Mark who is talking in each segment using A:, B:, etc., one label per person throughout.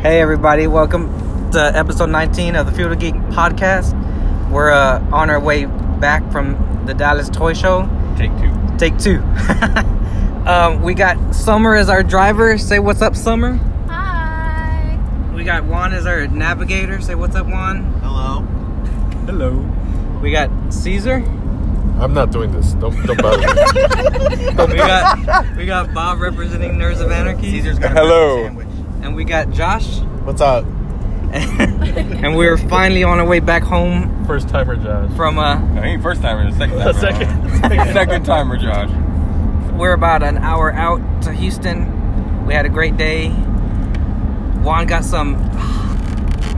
A: Hey everybody, welcome to episode 19 of the Field of Geek podcast. We're uh, on our way back from the Dallas Toy Show.
B: Take two.
A: Take two. um, we got Summer as our driver. Say what's up, Summer.
C: Hi.
A: We got Juan as our navigator. Say what's up, Juan.
D: Hello.
B: Hello.
A: We got Caesar.
E: I'm not doing this. Don't don't bother me.
A: We got we got Bob representing Nerds of Anarchy. Caesar's got
E: Hello.
A: and we got Josh.
E: What's up?
A: And we're finally on our way back home
B: First timer, Josh.
A: from uh,
B: I ain't first timer, the second timer.
E: The second-
B: second timer, Josh.
A: We're about an hour out to Houston. We had a great day. Juan got some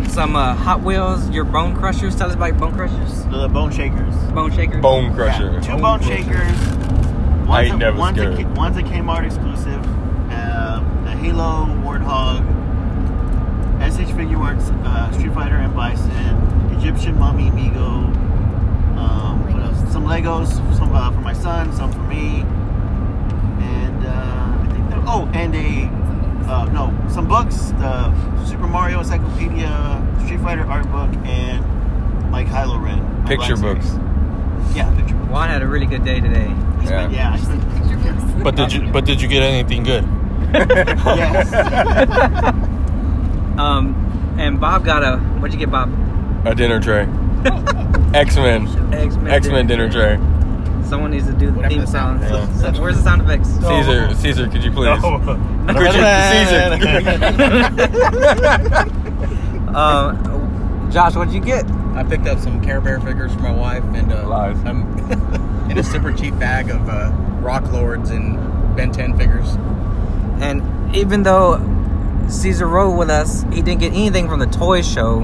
A: some uh, Hot Wheels. Your Bone Crushers. Tell us about your Bone Crushers.
D: The Bone Shakers.
A: Bone Shakers.
B: Bone
D: Yeah,
B: crusher.
D: Two Bone Shakers. One's
B: I ain't never
D: one's
B: scared.
D: A, K- one's a Kmart exclusive. Um, the Halo, Warthog, SH Figure Works, uh, Street Fighter and Bison, Egyptian Mummy, Migo. Um, what else? Some Legos, some uh, for my son, some for me, and uh, I think that, oh, and a uh, no, some books. The Super Mario Encyclopedia, Street Fighter art book, and Mike Kylo Ren. my
B: Picture
D: Black
B: books.
D: Series. Yeah, picture books.
A: Juan had a really good day today.
B: Yeah.
D: Yeah, I spent
C: Picture books.
E: But did you but did you get anything good?
D: yes.
A: Um, and Bob got a what'd you get, Bob?
B: A dinner tray. X Men.
A: X Men.
B: X Men dinner tray.
A: Someone needs to do the theme song.
E: effects?
A: So- so- Where's the sound effects?
B: Caesar, Caesar, could you please? Could you, Caesar.
A: Uh, Josh, what'd you get?
F: I picked up some Care Bear figures for my wife and uh,
B: Lies.
F: um, and a super cheap bag of uh, Rock Lords and Ben 10 figures.
A: And even though Caesar rode with us, he didn't get anything from the toy show.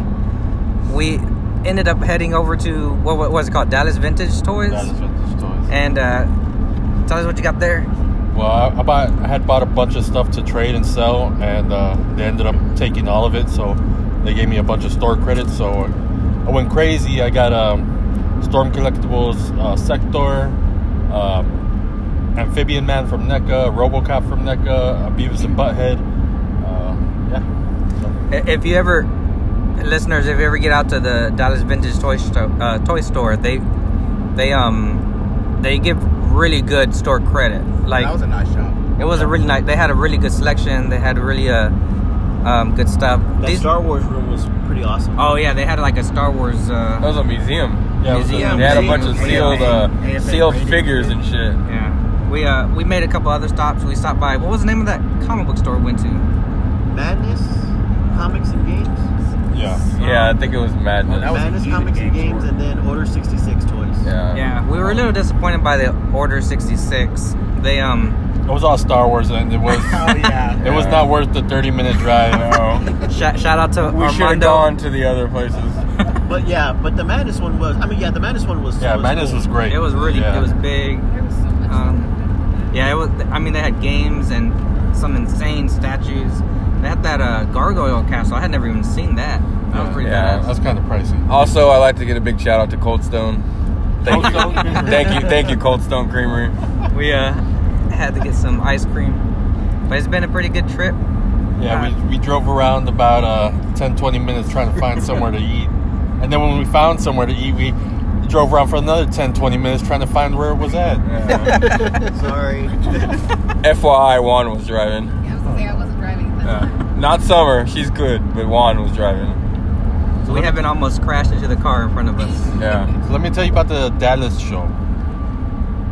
A: We ended up heading over to what, what was it called? Dallas Vintage Toys. And uh, tell us what you got there.
E: Well, I, I bought I had bought a bunch of stuff to trade and sell, and uh, they ended up taking all of it. So they gave me a bunch of store credits. So I went crazy. I got um, Storm Collectibles, uh, Sector, um, Amphibian Man from NECA, RoboCop from NECA, uh, Beavis and Butthead. Uh, yeah. So-
A: I- If you ever, listeners, if you ever get out to the Dallas Vintage Toy Store, uh, toy store, they they um they give really good store credit. Like
F: that was a nice shop.
A: it was a really nice. They had a really good selection. They had really uh, um good stuff.
D: That Star Wars room was pretty awesome.
A: Oh yeah, they had like a Star Wars.
B: That
A: Uh,
B: was a museum.
E: Yeah, it was a-
A: Museum.
B: They had a bunch of
A: Yeah.
B: sealed, uh,
F: AFA
B: sealed
F: rated.
B: figures and shit.
A: yeah, we uh we made a couple other stops. We stopped by. What was the name of that comic book store we went to?
D: Madness, comics and games.
E: yeah.
B: Yeah, I think it was madness.
F: That was a
D: Madness,
F: huge
D: comics and
F: game
D: games,
F: store.
D: and then Order sixty six toys.
B: yeah.
A: Yeah, we were a little disappointed by the Order sixty six. They um
E: It was all Star Wars, and it was
F: Oh, yeah.
E: it was not worth the 30 minute drive.
B: No.
A: sh- shout out to
B: We should have
A: Armando.
B: gone to the other places.
D: But yeah, but the Madness one was. I mean, yeah, the Madness one was.
E: yeah, Madness
D: cool.
E: was great.
A: It was really
E: Yeah.
A: it was big.
C: There was so much
A: Um, Yeah, it was. I mean, they had games and some insane statues. They had that uh, gargoyle castle. I had never even seen that. That was pretty
B: Yeah.
A: badass.
E: That's kind of pricey.
B: Also, I'd like to get a big shout out to Cold Stone. Thank you,
E: Cold Stone Creamery.
B: thank you, thank you, Cold Stone Creamery.
A: We uh had to get some ice cream, but it's been a pretty good trip.
E: Yeah, we, we drove around about uh, 10, 20 minutes trying to find somewhere to eat. And then when we found somewhere to eat, we drove around for another 10, 20 minutes trying to find where it was at.
B: Yeah.
D: Sorry.
B: FYI, Juan was driving.
C: I was gonna say I wasn't driving.
B: Yeah.
C: That's
B: Not Summer, she's good, but Juan was driving.
A: we haven't almost crashed into the car in front of us.
B: Yeah.
E: So let me tell you about the Dallas show.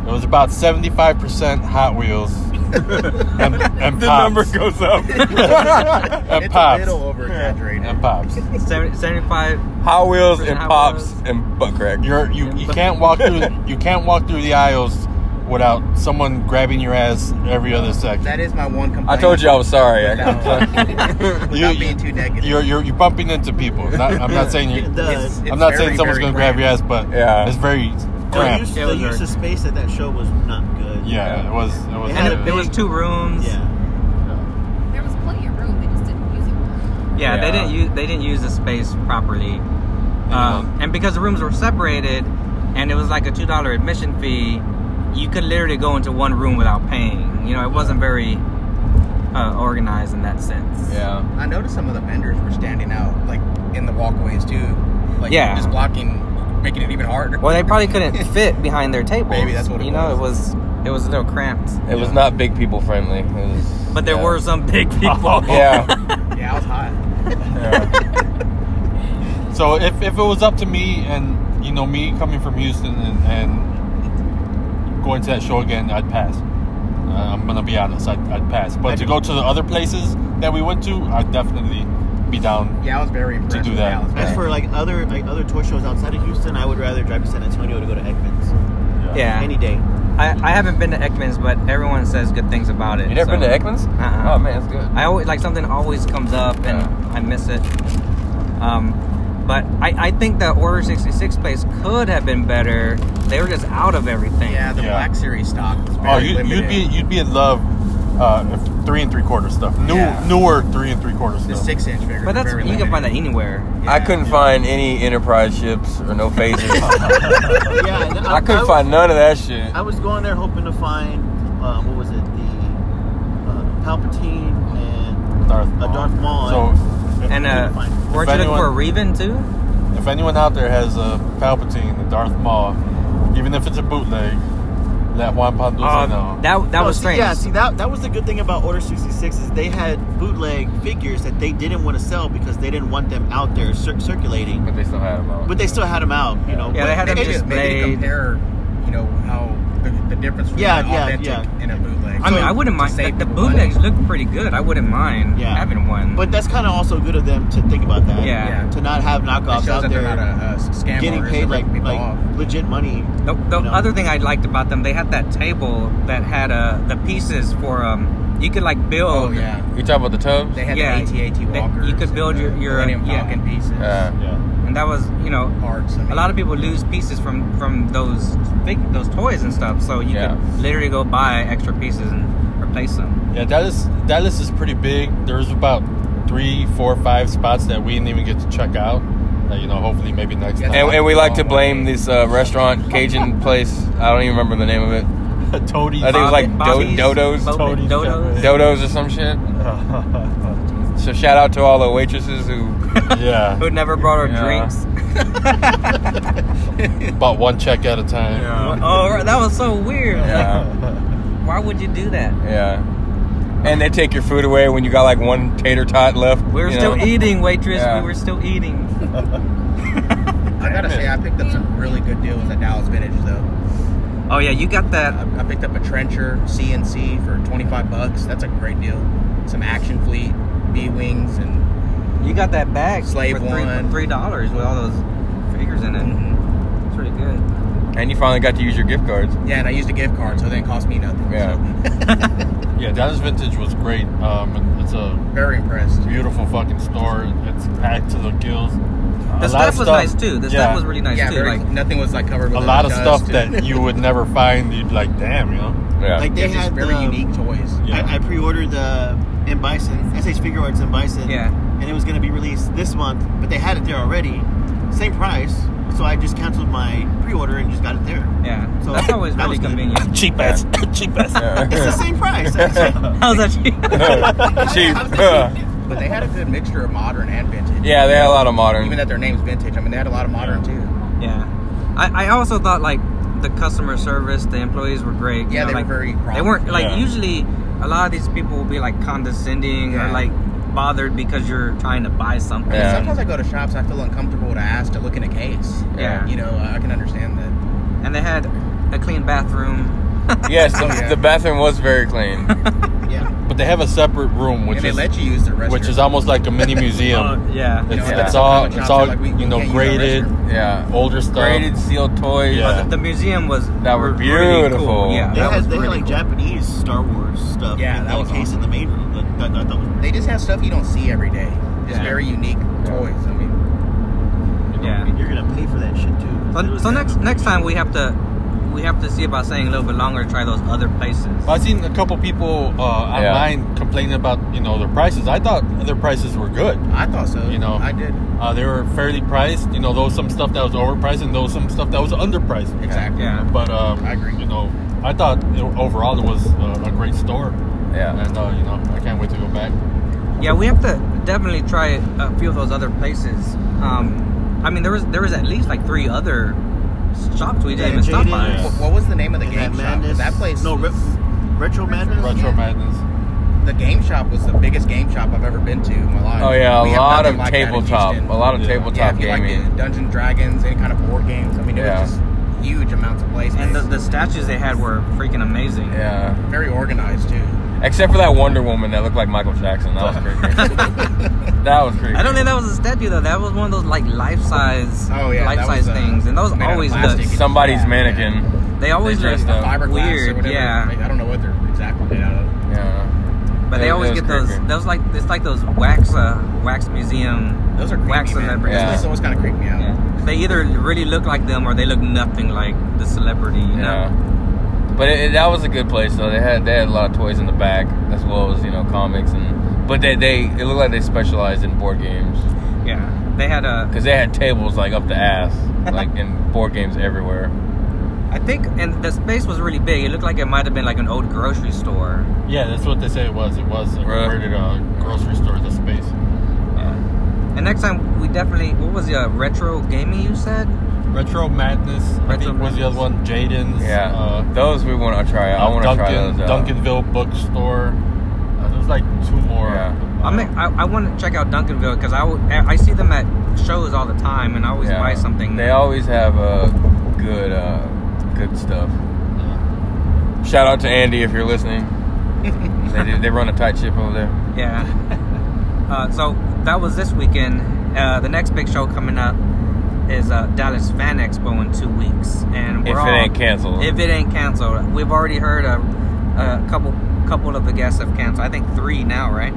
E: It was about 75% Hot Wheels and, and
B: The
E: Pops.
B: number goes up.
E: and
F: it's a
E: Pops.
F: little over exaggerated.
E: And Pops.
A: 70, 75.
B: Hot Wheels and
A: Hot
B: Pops
A: Wheels.
B: and butt crack.
E: You're, you you can't walk through you can't walk through the aisles without someone grabbing your ass every other second.
F: That is my one
B: I
F: complaint.
B: told you I was sorry. I
F: Without, without
E: You-
F: being too negative.
E: You're you're, you're bumping into people. Not, I'm not saying you.
D: The-
F: It's- it's
E: I'm not
F: very,
E: saying someone's
F: very
E: gonna grab your
F: grand.
E: ass, but
B: Yeah.
E: it's very
D: The
E: cramped.
D: use,
A: It
D: the
A: was
D: use
A: hard.
D: of space at that show was not good.
E: Yeah, it was. It was.
D: It had
E: uh,
D: a
A: There was two rooms.
D: Yeah.
C: all. There was plenty of room. They just didn't use it. well.
A: Yeah, they
B: Yeah.
A: didn't use they didn't use the space properly, um, and because the rooms were separated, and it was like a two dollar admission fee, you could literally go into one room without paying. You know, it wasn't very uh, organized in that sense.
E: Yeah.
F: I noticed some of the vendors were standing out, like in the walkways too, like
A: Yeah.
F: just blocking, making it even harder.
A: Well, they probably couldn't fit behind their tables.
F: Maybe that's what it
A: you know. It was it was a little cramped,
G: It was not big people friendly. It was,
A: but there
G: yeah.
A: were some big people.
G: Yeah.
F: yeah, I was hot.
E: Yeah. so if, if it was up to me and you know me coming from Houston and, and going to that show again, I'd pass. Uh, I'm gonna be honest, I'd, I'd pass. But to go to the other places that we went to, I'd definitely be down.
F: Yeah, I was very impressed.
E: do
F: with
E: that.
F: Dallas.
D: As for like other like other toy shows outside of Houston, I would rather drive to San Antonio to go to Ekman's
A: yeah.
D: any day.
A: I, I haven't been to Ekman's, but everyone says good things about it.
G: You never
A: so-
G: been to Ekman's?
A: Uh-uh.
G: Oh man, it's good.
A: I always like something always comes up and
G: Yeah.
A: I miss it. Um, but I, I think the Order 66 place could have been better. They were just out of everything.
F: Yeah, the
E: Yeah.
F: Black Series stock. Was very
E: Oh, you, you'd
F: limited.
E: be you'd be in love. Uh, if three and three quarter stuff. New,
F: Yeah.
E: newer three and three quarter
F: the
E: stuff.
F: six inch figure.
A: But that's you can find that anywhere.
G: I couldn't find any enterprise ships or no phases.
D: yeah, and
G: I couldn't
D: was-
G: find none of that shit.
D: I was going there hoping to find um, what was it, the uh, Palpatine and
E: Darth
D: a Darth Maul.
E: So
A: And uh,
D: Couldn't find
A: weren't
D: it.
A: you looking
E: anyone-
A: for a Reven too?
E: if anyone out there has a Palpatine, a Darth Maul, even if it's a bootleg, let Juan
G: Uh,
E: Panduza know.
A: Uh, that that
D: No,
A: was
D: Oh, see-
A: strange.
D: Yeah, see that that was the good thing about Order 66 is they had bootleg figures that they didn't want to sell because they didn't want them out there cir- circulating,
G: But they still had them all.
D: but they still had them out, you know.
A: Yeah,
D: but-
A: they had them
F: maybe,
A: just
F: maybe to
A: made-
F: compare, you know, how the, the difference between
D: Yeah,
F: an
D: yeah,
F: authentic
D: yeah.
F: and a bootleg.
A: I mean, I wouldn't
F: to
A: mind. The,
F: save
A: the
F: people money.
A: bootlegs look pretty good. I wouldn't mind
D: Yeah.
A: having one.
D: But that's kind of also good of them to think about that.
A: Yeah.
F: Yeah.
D: To not have knockoffs
F: It shows
D: out
F: that
D: there
F: they're not a, a scam
D: getting
F: artist
D: paid
F: that
D: like
F: ripped people off.
D: like legit money.
A: the the
D: you know.
A: other thing I liked about them, they had that table that had uh, the pieces for um, you could like build.
F: Oh yeah,
G: You talking about the tubs?
F: they had
A: Yeah,
F: the AT-AT
A: they-
F: walkers.
A: you could build
F: and
A: your-
F: the
A: your,
F: Millennium
A: yeah.
F: Falcon pieces,
G: Yeah.
E: yeah.
A: and that was you know
F: parts. I mean,
A: a lot of people lose pieces from from those fig- those toys and stuff. So you
G: Yeah.
A: could literally go buy extra pieces and replace them.
E: Yeah, Dallas Dallas is pretty big. There's about three, four, five spots that we didn't even get to check out. That, you know, hopefully maybe next
F: Yeah,
G: And,
E: time.
G: and we like to blame this uh, restaurant, Cajun place. I don't even remember the name of it.
E: Toadies.
G: I think it was like do-
A: Bobby's-
G: dodos.
A: Bo-
E: Toadies,
A: dodos.
G: Dodos or some shit. So shout out to all the waitresses who
E: yeah,
A: Who never brought our
G: Yeah.
A: drinks?
E: about one check at a time.
A: Oh, right, that was so weird.
G: Yeah.
A: Like, why would you do that?
G: yeah. And they take your food away when you got like one tater tot left.
A: We were
G: you
A: still
G: know?
A: eating, waitress.
G: Yeah.
A: We were still eating.
F: I gotta say, I picked up some really good deals at Dallas Vintage though.
A: Oh yeah, you got that.
F: I, I picked up a trencher CNC for 25 bucks. That's a great deal. Some Action Fleet B wings and
A: You got that bag
F: Slave
A: for three-
F: one.
A: three dollars with all those figures in it.
G: Mm-hmm.
A: It's pretty good.
G: And you finally got to use your gift cards.
F: yeah, and I used a gift card, so it didn't cost me nothing.
G: Yeah.
E: Yeah, Dallas Vintage was great. Um, it's a
F: Very impressed.
E: beautiful fucking store. It's packed to the gills.
A: The
E: A lot
A: stuff
E: of
A: was
E: stuff-
A: nice too. The
E: yeah.
A: stuff was really nice
F: yeah,
A: too.
F: very,
A: like
F: nothing was like covered with
E: A
F: like,
E: lot of
F: dust
E: stuff
F: and-
E: that you would never find. You'd be like, damn, you know.
G: Yeah.
D: Like they
F: They're just
D: had um,
F: very
D: the-
F: unique toys.
E: Yeah.
D: I, I pre-ordered the M Bison SH Figure Arts M Bison.
A: Yeah.
D: And it was going to be released this month, but they had it there already, same price. So I just canceled my pre-order and just got it there.
A: yeah,
D: So
A: that's always
D: that
A: really
D: was good.
A: convenient.
E: cheap ass, cheap ass.
D: It's the same price. actually.
A: How's that? cheap?
G: Cheap.
F: But they had a good mixture of modern and vintage.
G: yeah, they had a lot of modern.
F: Even that their name's vintage, I mean, they had a lot of modern too.
A: Yeah, I, I also thought like the customer service, the employees were great. you
F: Yeah,
A: know,
F: they were
A: like,
F: very prompt.
A: They weren't like
E: Yeah.
A: usually a lot of these people will be like condescending or
F: Yeah.
A: like bothered because you're trying to buy something.
G: Yeah.
F: Sometimes I go to shops, I feel uncomfortable to ask to look in a case.
A: Yeah.
F: You know, I can understand that.
A: And they had a clean bathroom.
G: yes, the,
F: Yeah.
G: the bathroom was very clean.
F: Yeah.
E: But they have a separate room, which
F: and they
E: is
F: let you use their restroom.
E: which is almost like a mini museum.
G: Oh,
A: Uh, yeah.
E: It's,
G: Yeah.
E: it's all
F: Shops
E: it's
F: are
E: all
F: like, we- we
E: you know
F: can't use our
E: graded,
F: restroom.
G: Yeah.
E: older stuff.
G: Graded sealed toys.
E: Yeah.
A: The museum was
G: That were
A: really cool.
G: beautiful.
A: Yeah,
D: They
A: that
D: had,
A: was
D: they had
A: really
D: like
A: cool.
D: Japanese Star Wars stuff.
F: Yeah,
D: in
F: that was
D: case in the main room. Like, that, that, that was
F: They just have stuff you don't see every day. Just
A: Yeah.
F: very unique toys. I mean,
A: Yeah.
D: You're gonna pay for that shit too. It
A: So,
D: was
A: so
D: kind
A: next
D: of-
A: next time we have to we have to see about staying a little bit longer to try those other places.
E: But I've seen a couple people uh,
G: Yeah.
E: online complaining about you know their prices. I thought their prices were good.
F: I thought so.
E: You know.
F: I did.
E: Uh, they were fairly priced. You know, there was some stuff that was overpriced, and there was some stuff that was underpriced.
F: Exactly.
A: Yeah.
E: But um,
F: I agree.
E: You know, I thought you know, overall it was uh, a great store.
G: Yeah.
E: And uh, you know, I can't wait to go back.
A: Yeah, we have to definitely try uh, a few of those other places. Um, I mean, there was there was at least like three other shops we didn't
D: Yeah,
A: even stop
D: Jaden.
A: by.
E: Yeah.
F: What, what was the name of the
D: And
F: game
D: that
F: shop?
D: madness.
F: 'Cause That place.
D: No, re- retro madness.
E: Retro
C: Yeah.
E: Madness.
F: the game shop was the biggest game shop I've ever been to in my life.
G: Oh yeah, a
F: We have
G: lot
F: nothing
G: of
F: like that in
G: tabletop,
F: Houston.
G: a lot of
E: Yeah.
G: tabletop
F: yeah, if you
G: gaming.
F: Like the Dungeon Dragons, any kind of board games. I mean, it
G: Yeah.
F: was just huge amounts of places.
A: And the, the statues they had were freaking amazing.
G: yeah.
F: very organized too.
G: Except for that Wonder Woman that looked like Michael Jackson. That was creepy. that was creepy.
A: I don't think that was a statue though. That was one of those like life size,
F: Oh, yeah, that
A: life size
F: was, uh,
A: things, and those
F: made out of
A: always
F: plastic.
A: look.
G: Somebody's
F: Yeah.
G: mannequin.
A: They always
G: They
A: look
G: dressed up.
F: Fiberglass or
A: weird.
F: whatever.
A: yeah,
F: Like, I don't know what they're exactly made out of.
G: Yeah.
A: but
G: It-
A: they
G: it
A: always
G: was
A: get those.
G: creepy.
A: Those like it's like those wax uh, wax museum.
F: Those are creepy.
A: Wax and
F: man.
A: leopard.
G: Yeah.
F: Those places always kind of creep me out.
A: They either really look like them or they look nothing like the celebrity. You know?
G: Yeah. But it, it- that was a good place though. They had they had a lot of toys in the back as well as you know comics and but they they it looked like they specialized in board games
A: Yeah. They had a.
G: because they had tables like up the ass like in board games everywhere.
A: I think, and the space was really big. It looked like it might have been like an old grocery store.
E: Yeah, that's what they say it was. It was a
G: Right.
E: converted uh, grocery store. The space.
A: And next time we definitely. What was the uh, retro gaming you said?
E: Retro Madness. I
A: Retro
E: think was the other one. Jaden's.
G: Yeah,
E: Uh,
G: those we want to try. out. I want to try
E: Duncan,
G: those uh, out.
E: Duncanville bookstore. Uh, there's like two more.
G: Yeah.
A: I mean, I, I want to check out Duncanville because I, w- I see them at shows all the time, and I always buy something.
G: They always have uh, good uh, good stuff. Shout out to Andy if you're listening. they do, they run a tight ship over there.
A: Yeah. uh, so that was this weekend. Uh, the next big show coming up is uh, Dallas Fan Expo in two weeks, and we're
G: If it
A: all,
G: ain't canceled.
A: If it ain't canceled, we've already heard a, a couple couple of the guests have canceled. I think three now, right?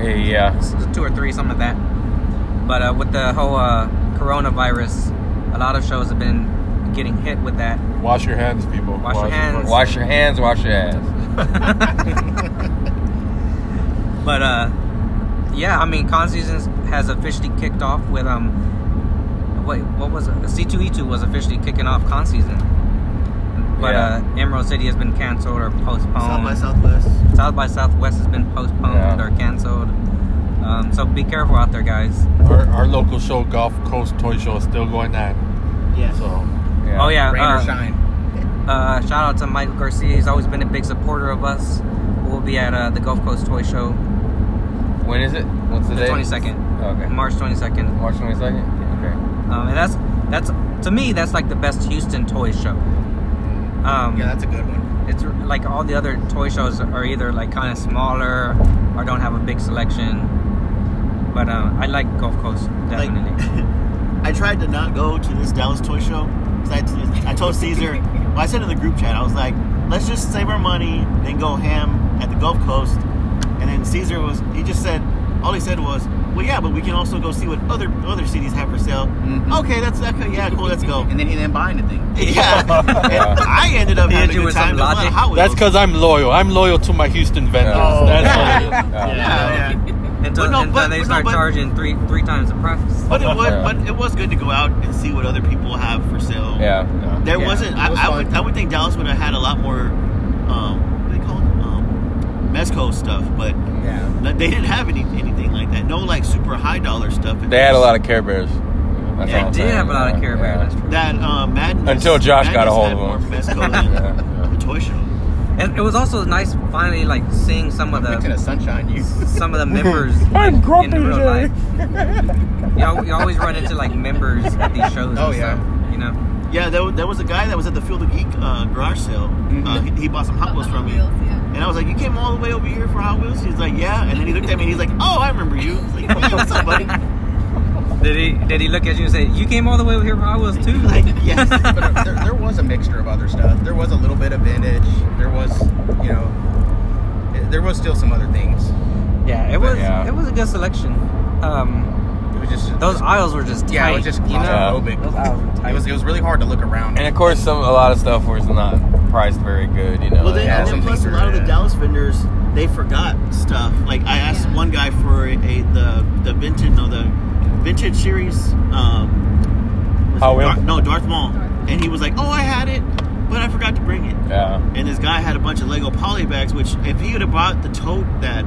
G: Hey, yeah.
A: S- Two or three, something like that. But uh, with the whole uh, coronavirus, a lot of shows have been getting hit with that.
E: Wash your hands, people.
A: Wash your hands.
G: Wash your hands, wash your ass.
A: But uh, yeah, I mean, con season has officially kicked off with um, wait, what was it? C two E two was officially kicking off con season. But
G: Yeah.
A: uh, Emerald City has been canceled or postponed.
D: South by Southwest.
A: South by Southwest has been postponed
G: Yeah.
A: or canceled. Um, so be careful out there, guys.
E: Our, our local show, Gulf Coast Toy Show, is still going on.
D: Yes.
E: So
A: Oh yeah,
F: Rain
A: uh,
F: or shine.
A: uh, shout out to Michael Garcia. He's always been a big supporter of us. We'll be at uh, the Gulf Coast Toy Show
G: When is it? What's the,
A: the
G: date?
A: twenty second,
G: Okay.
A: March twenty second.
G: March 22nd?
A: Um, and that's that's to me that's like the best Houston toy show. Um,
F: Yeah, that's a good one.
A: it's r- like all the other toy shows are either like kind of smaller or don't have a big selection. But uh, I like Gulf Coast
D: Like,
A: definitely.
D: I tried to not go to this Dallas toy show because I, t- I told Caesar. well, I said in the group chat, I was like, "Let's just save our money, then go ham at the Gulf Coast." And then Caesar was, he just said, all he said was, "Well, yeah, but we can also go see what other other cities have for sale."
F: Mhm.
D: Okay, that's okay. Yeah, cool. Mm-hmm. Oh, Let's go.
F: And then he didn't buy anything.
D: yeah, and I ended up
A: Hit
D: having
A: you
D: a good
A: with some
D: time. There's a lot of
A: logic.
D: Hot Wheels.
E: that's because I'm loyal. I'm loyal to my Houston vendors.
G: Oh.
E: That's what it is.
G: Okay.
D: yeah, yeah.
A: until,
D: But no,
A: until
D: but-
A: they
D: but no,
A: start
D: but-
A: charging three three times the price.
D: But it was,
G: Yeah.
D: but it was good to go out and see what other people have for sale.
G: Yeah.
D: There
A: Yeah,
D: wasn't.
F: it was
D: I, I would.
F: fun.
D: I would think Dallas would have had a lot more. Um, what do they call it? Um, Mezco stuff, but
F: Yeah.
D: no- they didn't have any, anything like that. No, like super high dollar stuff.
G: They had a lot of Care Bears. That's
D: They
G: all I'm
A: They did
G: saying,
A: have a lot of
G: yeah,
A: Care Bear.
G: yeah.
A: That's true.
D: that uh, madness.
G: Until Josh got
D: Madness
G: a hold
D: had
G: of
D: more
G: them.
D: Mezco than
G: Yeah, yeah.
D: the toy show.
A: And it was also nice finally like seeing some of
F: Mixing
A: the
F: a sunshine you.
A: some of the members
E: I'm
A: in,
E: grumpy
A: in real
E: today.
A: life. You, al- you always run into like members at these shows.
F: Oh,
A: and
F: yeah.
A: stuff, you know.
D: Yeah, there, wa- there was a guy that was at the Field of Geek uh, garage sale.
G: Mm-hmm.
D: Uh, he, he bought some Hot Wheels from me,
C: Wheels, yeah.
D: and I was like, "You came all the way over here for Hot Wheels?" He's like, "Yeah." And then he looked at me, and he's like, "Oh, I remember you." I was like, "Hey, what's up, buddy?"
A: Did he did he look at you and say, "You came all the way over here for Hot Wheels too"?
D: Like, yes.
F: but uh, there, there was a mixture of other stuff. There was a little bit of vintage. There was, you know, there was still some other things.
A: Yeah, it was
G: Yeah.
A: it was a good selection. Um,
F: It was just
A: those aisles were just tight.
F: yeah, it was just
A: you know?
F: claustrophobic.
A: Those aisles were
F: It
A: tight.
F: was it was really hard to look around.
G: And of course, some a lot of stuff was not priced very good. You know.
D: Well, then,
F: Yeah,
D: and then
F: some
D: plus a
F: things are,
D: lot of the
F: yeah.
D: Dallas vendors they forgot stuff. Like I asked
C: Yeah.
D: one guy for a, the the vintage no the vintage series. Um, was
G: Hot
D: it Dar-
G: Wheels?
D: no Darth Maul,
C: Darth Maul.
D: and he was like, "Oh, I had it." but I forgot to bring it.
G: Yeah.
D: And this guy had a bunch of Lego poly bags, which if he would have bought the tote that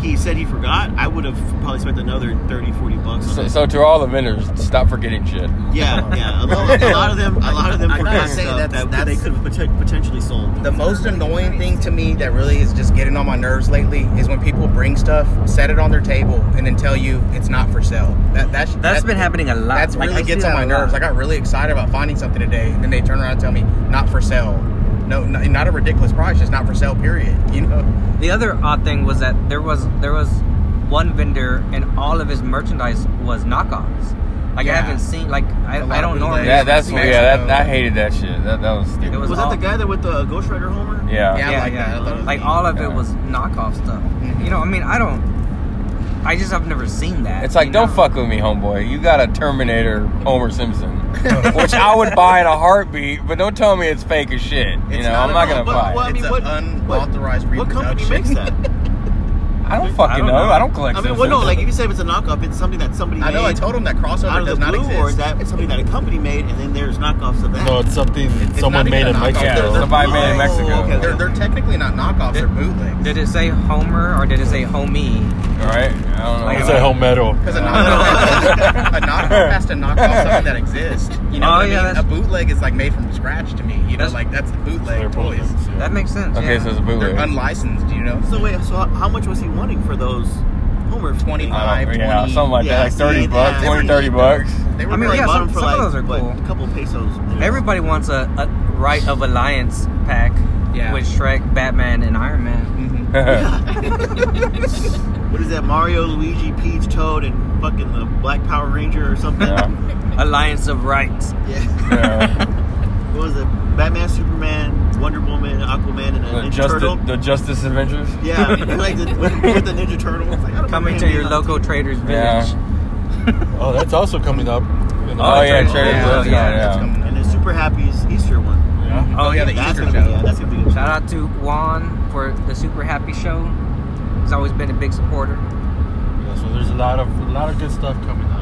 D: he said he forgot, I would have probably spent another 30, 40 bucks on
G: So,
D: it.
G: so to all the vendors, stop forgetting shit.
D: Yeah, yeah. A lot, a lot of them, a lot of them
F: I gotta
D: forgot
F: say
D: stuff
F: that's-
D: that, that they
F: that's-
D: could have poten- potentially sold.
F: The most annoying thing to me that really is just getting on my nerves lately is when people bring stuff, set it on their table, and then tell you it's not for sale. That that's
A: That's been happening a lot.
F: That's
A: Like,
F: really
A: I see
F: gets
A: that
F: on my
A: a
F: nerves.
A: lot.
F: I got really excited about finding something today, and then they turn around and tell me not for sale. No, no not a ridiculous price, just not for sale. Period. You know,
A: The other odd thing was that there was there was one vendor and all of his merchandise was knockoffs. Like I
F: Yeah.
A: haven't seen like I,
F: A lot
A: I don't
F: of
A: normally.
F: bootlegs.
G: Yeah, that's
F: it's
G: yeah.
F: like-
G: That I hated that shit. That that was stupid.
A: It was,
D: Was that
A: all,
D: the guy that with the Ghost Rider Homer?
G: yeah.
F: Yeah. I
A: yeah,
F: like
A: yeah.
F: that. I love it.
A: Like all of it
G: Yeah.
A: was knockoff stuff.
F: Mhm.
A: You know, I mean, I don't. I just have never seen that.
G: It's like
A: you
G: don't
A: know?
G: fuck with me, homeboy. You got a Terminator Homer Simpson, which I would buy in a heartbeat. But don't tell me it's fake as shit. You
F: It's
G: know,
F: not
G: I'm not
F: about-
G: gonna
D: but-
G: buy. it.
D: well, I
F: it's
D: mean,
F: an
D: what-
F: unauthorized
D: What
F: reproduction.
D: company makes that?
G: I don't fucking
A: I don't
G: know.
A: know.
G: I don't
D: I
G: collect.
D: mean, well,
G: Simpsons.
D: no. Like if you say if it's a knockoff, it's something that somebody
F: I know. I
D: made
F: told them that
D: out
F: crossover
D: of the
F: does not
D: blue,
F: exist.
D: or is that something that a company made, and then there's knockoffs of that?
E: No, it's something
F: it's
E: someone
F: not even
E: made
F: a
E: in
F: knockoff.
E: Mexico.
F: They're- they're
G: Somebody made in
F: Oh,
G: Mexico.
D: okay, okay.
F: They're, they're technically not knockoffs; they're bootlegs.
A: Did it say Homer or did it say homie?
G: All right. I don't know.
A: Like,
E: It's a home metal.
F: Because a knockoff, a knockoff has to knock off something that exists. You know,
A: Oh,
F: what I mean?
A: yeah, that's-
F: a bootleg is like made from scratch to me. You know,
A: That's-
F: like that's the bootleg
E: They're
F: toys.
E: bootlegs, yeah.
A: That makes sense.
G: okay,
A: yeah.
G: so it's a
F: They're
G: bootleg.
F: unlicensed. You know,
D: So wait, so how, how much was he wanting for those Homer uh,
F: twenty
G: I
F: five,
G: don't-
F: twenty.
G: yeah, something like
D: yeah,
G: that. Like
D: see,
G: thirty
D: that-
G: bucks,
D: that's
G: 20,
D: what
G: 30
D: you-
G: bucks.
F: They
D: I
F: were
A: I mean,
D: mean,
A: yeah,
D: yeah,
A: some-
D: for
A: some of
D: like,
A: those are
D: what,
A: cool.
D: A couple pesos.
A: Everybody wants a, a right of alliance pack
F: Yeah.
A: with Shrek, Batman, and Iron Man.
F: Mhm.
D: What is that? Mario, Luigi, Peach, Toad, and fucking the Black Power Ranger or something.
G: Yeah.
A: Alliance of rights.
D: Yeah.
G: Yeah.
D: What was it? Batman, Superman, Wonder Woman, Aquaman, and a
G: The
D: Ninja
G: Justice,
D: Turtle.
G: the Justice Adventures.
D: yeah, I mean, like the, with, with the Ninja Turtle. It's Like, I don't
A: Coming
D: remember
A: to
D: him
A: your
D: being
A: local traders
G: Yeah.
A: village.
E: Oh, that's also coming up. in
G: Oh
A: Turtles.
E: August.
G: yeah, Charlie
A: Yeah,
G: Brown,
A: yeah.
F: That's
G: yeah.
F: coming
D: on-
F: up.
D: And the Super Happy's Easter one.
E: Yeah.
F: Oh yeah, the
D: that's
F: Easter
D: gonna Be, yeah,
F: show.
D: that's gonna be good.
A: Shout out to Juan for the super happy show. He's always been a big supporter.
E: Yeah, So there's a lot of a lot of good stuff coming up.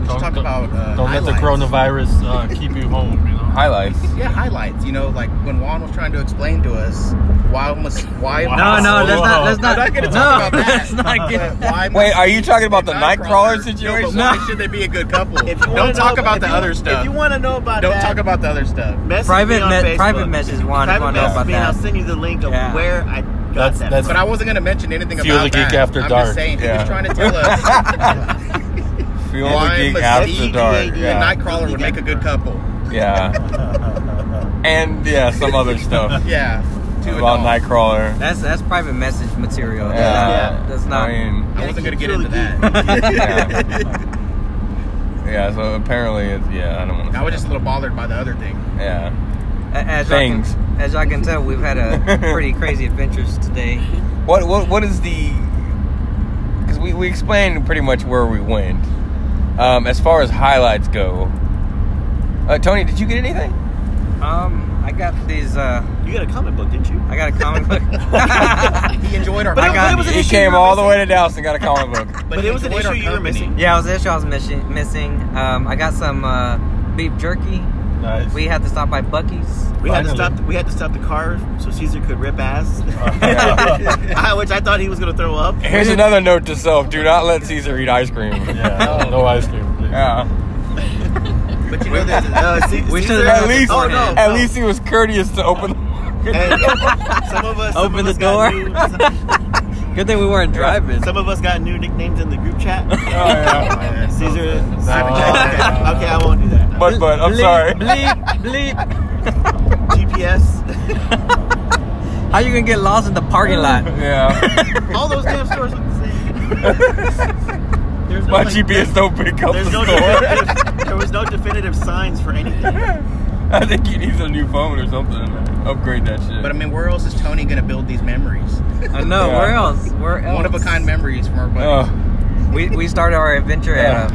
F: We should talk about uh,
E: don't let the
F: highlights.
E: coronavirus uh, keep you home. You know.
G: Highlights.
F: Yeah, highlights. You know, like when Juan was trying to explain to us why must why.
E: Wow.
A: No, no, let's not.
E: Whoa.
A: Let's
F: I'm
A: not.
F: not gonna
A: no,
F: talk about that.
A: let's not get.
F: But why
G: Wait,
F: must-
G: are you talking about the Nightcrawler
F: Nightcrawler.
G: situation?
F: No, but why should they be a good couple?
D: If you wanna
F: Don't
D: know-
F: talk about
D: if
F: the
D: you-
F: other
D: If
F: stuff.
D: you want to know about
F: Don't
D: that,
F: talk about the other stuff.
D: message
A: Private
D: me on
A: me-
D: Facebook.
A: private message, Juan, if you
D: Private
A: wanna know
D: message
A: about
D: me,
A: that.
D: I'll send you the link of
A: Yeah.
D: where I got
E: That's-
D: that.
E: that's-
F: But I wasn't gonna mention anything
E: Fuel
F: about
E: the Geek
F: that.
E: After
F: I'm
E: Dark.
F: just saying he
G: Yeah.
F: was trying to tell us that
G: Fuel the
F: Why
G: geek
F: must
G: after
F: he
G: dark.
D: be
G: Yeah.
F: Nightcrawler would make a good couple.
G: yeah. And yeah, some other stuff
F: Yeah. Two
G: about
F: adults.
G: Nightcrawler.
A: That's that's private message material.
G: Yeah.
A: That's- That's not.
G: I mean,
F: I wasn't gonna get into
G: Yeah.
F: that.
G: yeah. So apparently, it's, yeah. I don't want
F: I
G: to.
F: was just a little bothered by the other thing.
G: Yeah.
A: a- as
G: Things.
A: Y'all can, as y'all can tell, we've had a pretty crazy adventures today.
G: What what what is the? Because we we explained pretty much where we went. Um, as far as highlights go, uh, Tony, did you get anything?
A: Um, I got these. Uh,
D: You got a comic book, didn't you?
A: I got a comic book.
F: He enjoyed our.
D: But
A: I got-
D: it was an
G: he
D: issue
G: came
D: you were
G: all the way
D: missing.
G: to Dallas and got a comic book.
D: But
F: he
D: it was an
F: enjoyed our
D: issue you were
F: company.
D: missing.
A: yeah, I was the issue I was missing. Missing. Um, I got some uh, beef jerky.
E: Nice.
A: We had to stop by Bucky's.
D: We had to
E: Finally.
D: stop. We had to stop the car so Caesar could rip ass,
G: Yeah.
D: I- which I thought he was gonna throw up.
G: Here's another note to self: Do not let Caesar eat ice cream.
E: yeah. No ice cream. Please.
G: Yeah.
F: But you know that.
D: Uh, Ce-
A: We
D: Caesar-
A: should've
G: At
A: Yeah,
G: least,
D: Oh no!
G: at
D: no.
G: least he was courteous to open.
D: And some of us some
A: Open
D: of
A: the
D: us
A: door.
D: got new- some-
A: Good thing we weren't driving.
D: some of us got new nicknames in the group chat.
G: yeah.
D: Caesar.
E: No.
D: okay, okay, I won't do that.
G: But but I'm
A: bleep,
G: sorry.
A: Bleep, bleep.
D: GPS.
A: How you gonna get lost in the parking lot?
G: Yeah.
D: All those damn stores look the same. There's no,
G: My
D: like,
G: GPS don't pick up the
D: There's no
G: store.
D: definitive, there was no definitive signs for anything.
G: I think he needs a new phone or something. Upgrade that shit.
F: But I mean, where else is Tony gonna build these memories?
A: I know.
G: Yeah.
A: Where else? Where else?
F: One of a kind memories from our buddies.
G: oh,
A: We, we started our adventure at uh,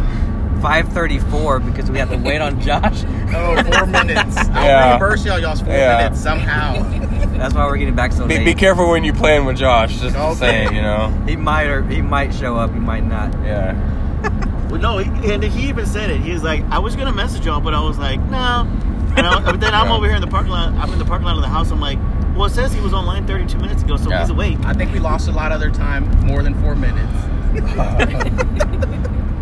A: 5:34 because we had to wait on Josh.
F: Oh, four minutes. I'll
G: Yeah.
F: reimburse y'all y'all's four
G: Yeah.
F: minutes somehow.
A: That's why we're getting back so
G: be,
A: late.
G: be careful when you playing with Josh. Just
F: Okay.
G: saying, you know.
A: He might or he might show up. He might not.
G: Yeah.
D: Well, no, he, and he even said it. He was like, I was gonna message y'all, but I was like, no, And I, but then I'm
G: Yeah.
D: over here in the parking lot. I'm in the parking lot of the house. I'm like, well, it says he was online 32 minutes ago, so
G: Yeah.
D: he's awake.
F: I think we lost a lot other time, more than four minutes.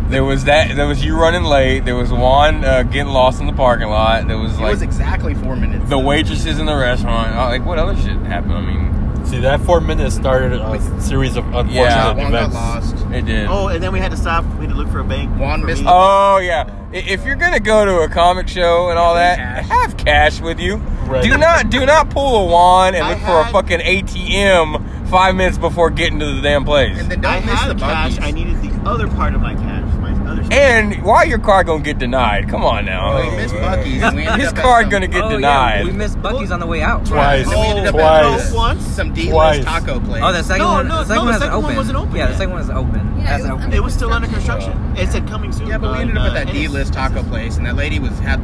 G: There was that. There was you running late. There was Juan uh, getting lost in the parking lot. There was
F: It
G: like
F: was exactly four minutes.
G: the waitresses in the restaurant. Uh, like what other shit happened? I mean,
E: See, that four minutes started a series of unfortunate
G: Yeah.
F: Juan got
E: events.
F: lost.
G: it did.
D: Oh, and then we had to stop. We had to look for a bank.
F: Juan
D: for
F: missed
D: me.
F: the-
G: Oh yeah. I- If you're gonna go to a comic show and all that,
F: Cash.
G: have cash with you.
E: Right.
G: Do not do not pull a wand and
D: I
G: look for a
D: had-
G: fucking ATM five minutes before getting to the damn place.
F: And then don't
D: I
F: miss
D: had
F: the
D: cash.
F: buggies.
D: I needed the other part of my cash. My other.
G: And why your card gonna get denied? Come on now.
F: we Oh, missed Bucky's. and we ended
G: His
F: up at
G: Oh, card
F: some-
G: gonna get
A: oh,
G: denied.
A: Yeah, we missed Bucky's on the way out.
E: Twice.
F: and we ended up
E: Twice.
F: at
D: No, once.
F: some D-list
E: Twice.
F: taco place.
A: Oh, the second
D: No,
A: one.
D: no,
A: the second
D: no, the
A: one hasn't
D: second one
A: open.
D: wasn't open
A: Yeah, the
D: yet.
A: second one is open.
C: Yeah, it
A: That's
C: was
A: open.
C: under-
D: It was still under construction. It said coming soon.
F: yeah, but we
D: on,
F: ended up at
D: uh,
F: that
D: Ennis.
F: D-list taco place, and that lady was had.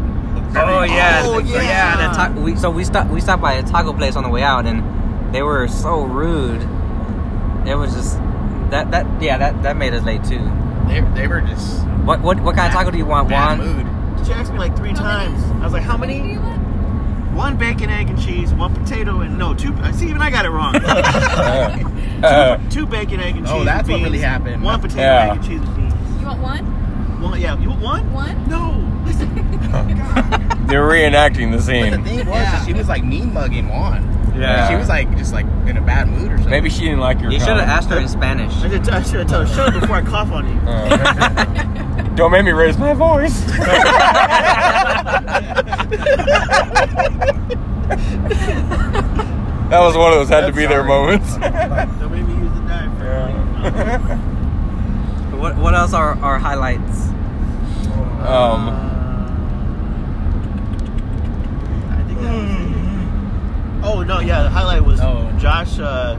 A: Oh yeah.
D: Oh,
A: the-
D: yeah.
A: The ta- we, so we stopped. We stopped by a taco place on the way out, and they were so rude. It was just that that yeah that that made us late too.
F: They, they were just
A: What what what kind of taco do you want,
F: bad
A: Juan?
F: mood.
D: She asked me like three
C: How many?
D: times. I was like, how
C: What do
D: many?
C: you want?
D: One bacon, egg, and cheese. One potato, and no, two. I See, even I got it wrong.
G: Uh,
D: two bacon, egg, and cheese.
F: Oh, that's
D: with
F: what really
D: beans,
F: happened.
D: One potato,
G: Yeah.
D: egg, and cheese with beans.
C: You want one?
D: One, yeah, you want one?
C: One?
D: No, listen. God.
G: they're reenacting
F: But
G: the
F: the
G: scene.
F: thing was,
D: Yeah.
F: is she was like mean mugging Juan.
G: Yeah.
F: she was like just like in a bad mood or something.
G: Maybe she didn't like your.
A: You should have
G: comment.
A: asked her in Spanish.
D: I should I should have told her, shut up before I cough on you.
G: Uh, don't make me raise my voice. that was one of those had to be there moments.
D: Don't make me use the knife.
A: What what else are our highlights?
G: um,
D: I think that was it. Oh no, yeah. The highlight was
F: Oh.
D: Josh. Uh,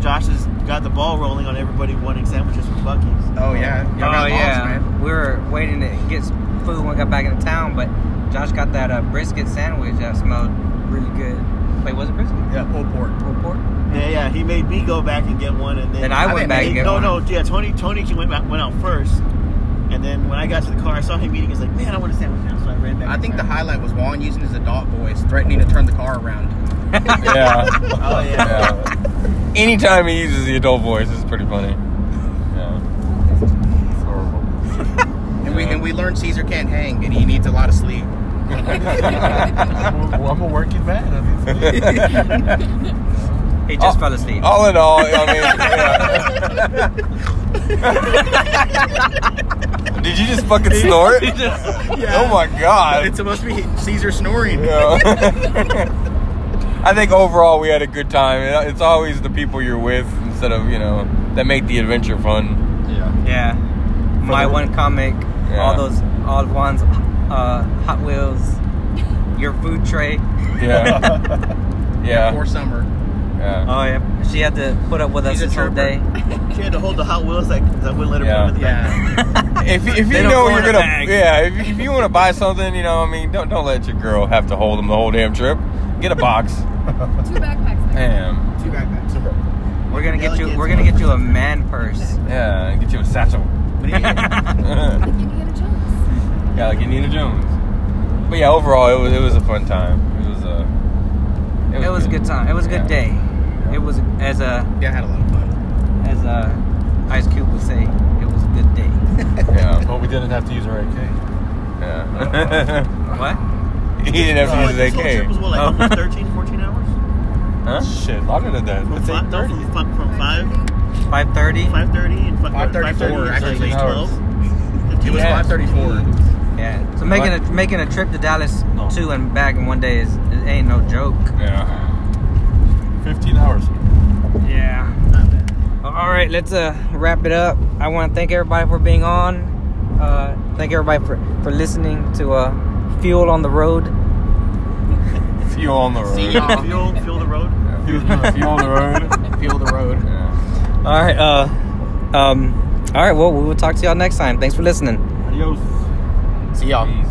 D: Josh has got the ball rolling on everybody wanting sandwiches from Bucky's.
F: Oh yeah. Y'all got
A: oh
F: lost,
A: yeah,
F: man.
A: we were waiting to get some food when we got back into town, but Josh got that uh, brisket sandwich that smelled really good. Wait, was it brisket?
F: Yeah, pulled pork.
A: Or pork?
D: Yeah, yeah. He made me go back and get one, and then
A: And I
F: I
A: went
F: didn't
A: back
F: make-
A: and get
D: no,
A: one.
D: no, yeah. Tony, Tony went out, went out first, and then when I got to the car, I saw him eating. He's like, "Man, I want a sandwich now," so I ran back.
F: I think the
D: inside.
F: highlight was Juan using his adult voice, threatening to turn the car around.
G: yeah.
D: Oh yeah.
G: yeah. Anytime he uses the adult voice, it's pretty funny. Yeah. It's horrible.
F: And we and we learned Caesar can't hang, and he needs a lot of sleep.
E: I'm, a- I'm a working man. I mean,
A: He just
G: Oh.
A: fell asleep.
G: all in all, I mean. yeah. Did you just fucking snort? Oh my god.
F: It's supposed to be Caesar snoring.
G: Yeah. I think overall we had a good time. It- It's always the people you're with instead of, you know, that make the adventure fun.
E: yeah.
A: Yeah. My
E: the-
A: one comic,
G: Yeah.
A: all those, all ones, uh, Hot Wheels, your food tray.
G: Yeah.
F: Poor
G: Yeah.
F: summer.
G: Yeah.
A: Oh yeah, she had to put up with us
F: She's a
A: this whole
F: trooper.
A: day.
D: She had to hold the Hot Wheels like 'cause I wouldn't let her
G: Yeah.
D: put them in the back.
F: Yeah.
G: If, if you
A: They don't go
G: know
A: in
G: you're
A: a
G: gonna,
A: bag.
G: yeah, if, if you want to buy something, you know, I mean, don't don't let your girl have to hold them the whole damn trip. Get a box.
C: Two backpacks there.
G: Damn.
F: Two backpacks.
A: We're gonna get you.
D: Delegates
A: We're gonna get you a man purse.
G: Yeah. Get you a satchel.
F: But he,
G: yeah,
C: Like Indiana Jones.
G: like Indiana Jones. But yeah, overall, it was it was a fun time. It was uh, a.
A: It was a good time. It was a good
G: Yeah.
A: day. It was as a
F: yeah, I had a lot of fun.
A: as a Ice Cube would say, it was a good day.
G: Yeah.
E: But we didn't have to use our AK.
G: Yeah.
A: What?
G: he didn't
D: So, like, Oh,
G: have to
D: this
G: use
D: whole
G: his
D: trip was
G: AK.
D: what, like almost 13, 14 hours?
G: Huh?
E: Shit, longer than that.
D: From,
E: It's
D: fi- no,
E: 8:30.
D: from, from, from 5,
A: 5:30.
D: 5.30 and fucking
F: 5:34,
D: 5:30,
F: actually,
D: like 12.
F: It was
G: Yeah.
F: 5:34.
A: Yeah. So making a making a trip to Dallas
E: No.
A: two and back in one day is it ain't no joke.
G: Yeah.
E: 15 hours.
A: Yeah. All right, let's uh, wrap it up. I want to thank everybody for being on. Uh, thank everybody for, for listening to uh, Fuel on the Road.
G: Fuel on the road.
F: See y'all.
D: Fuel, fuel the road.
G: Yeah, Fuel, fuel on the road.
F: Feel the road.
G: Yeah.
A: All right. Uh, um, all right. Well, we will talk to y'all next time. Thanks for listening.
D: Adios.
F: See y'all.
G: Peace.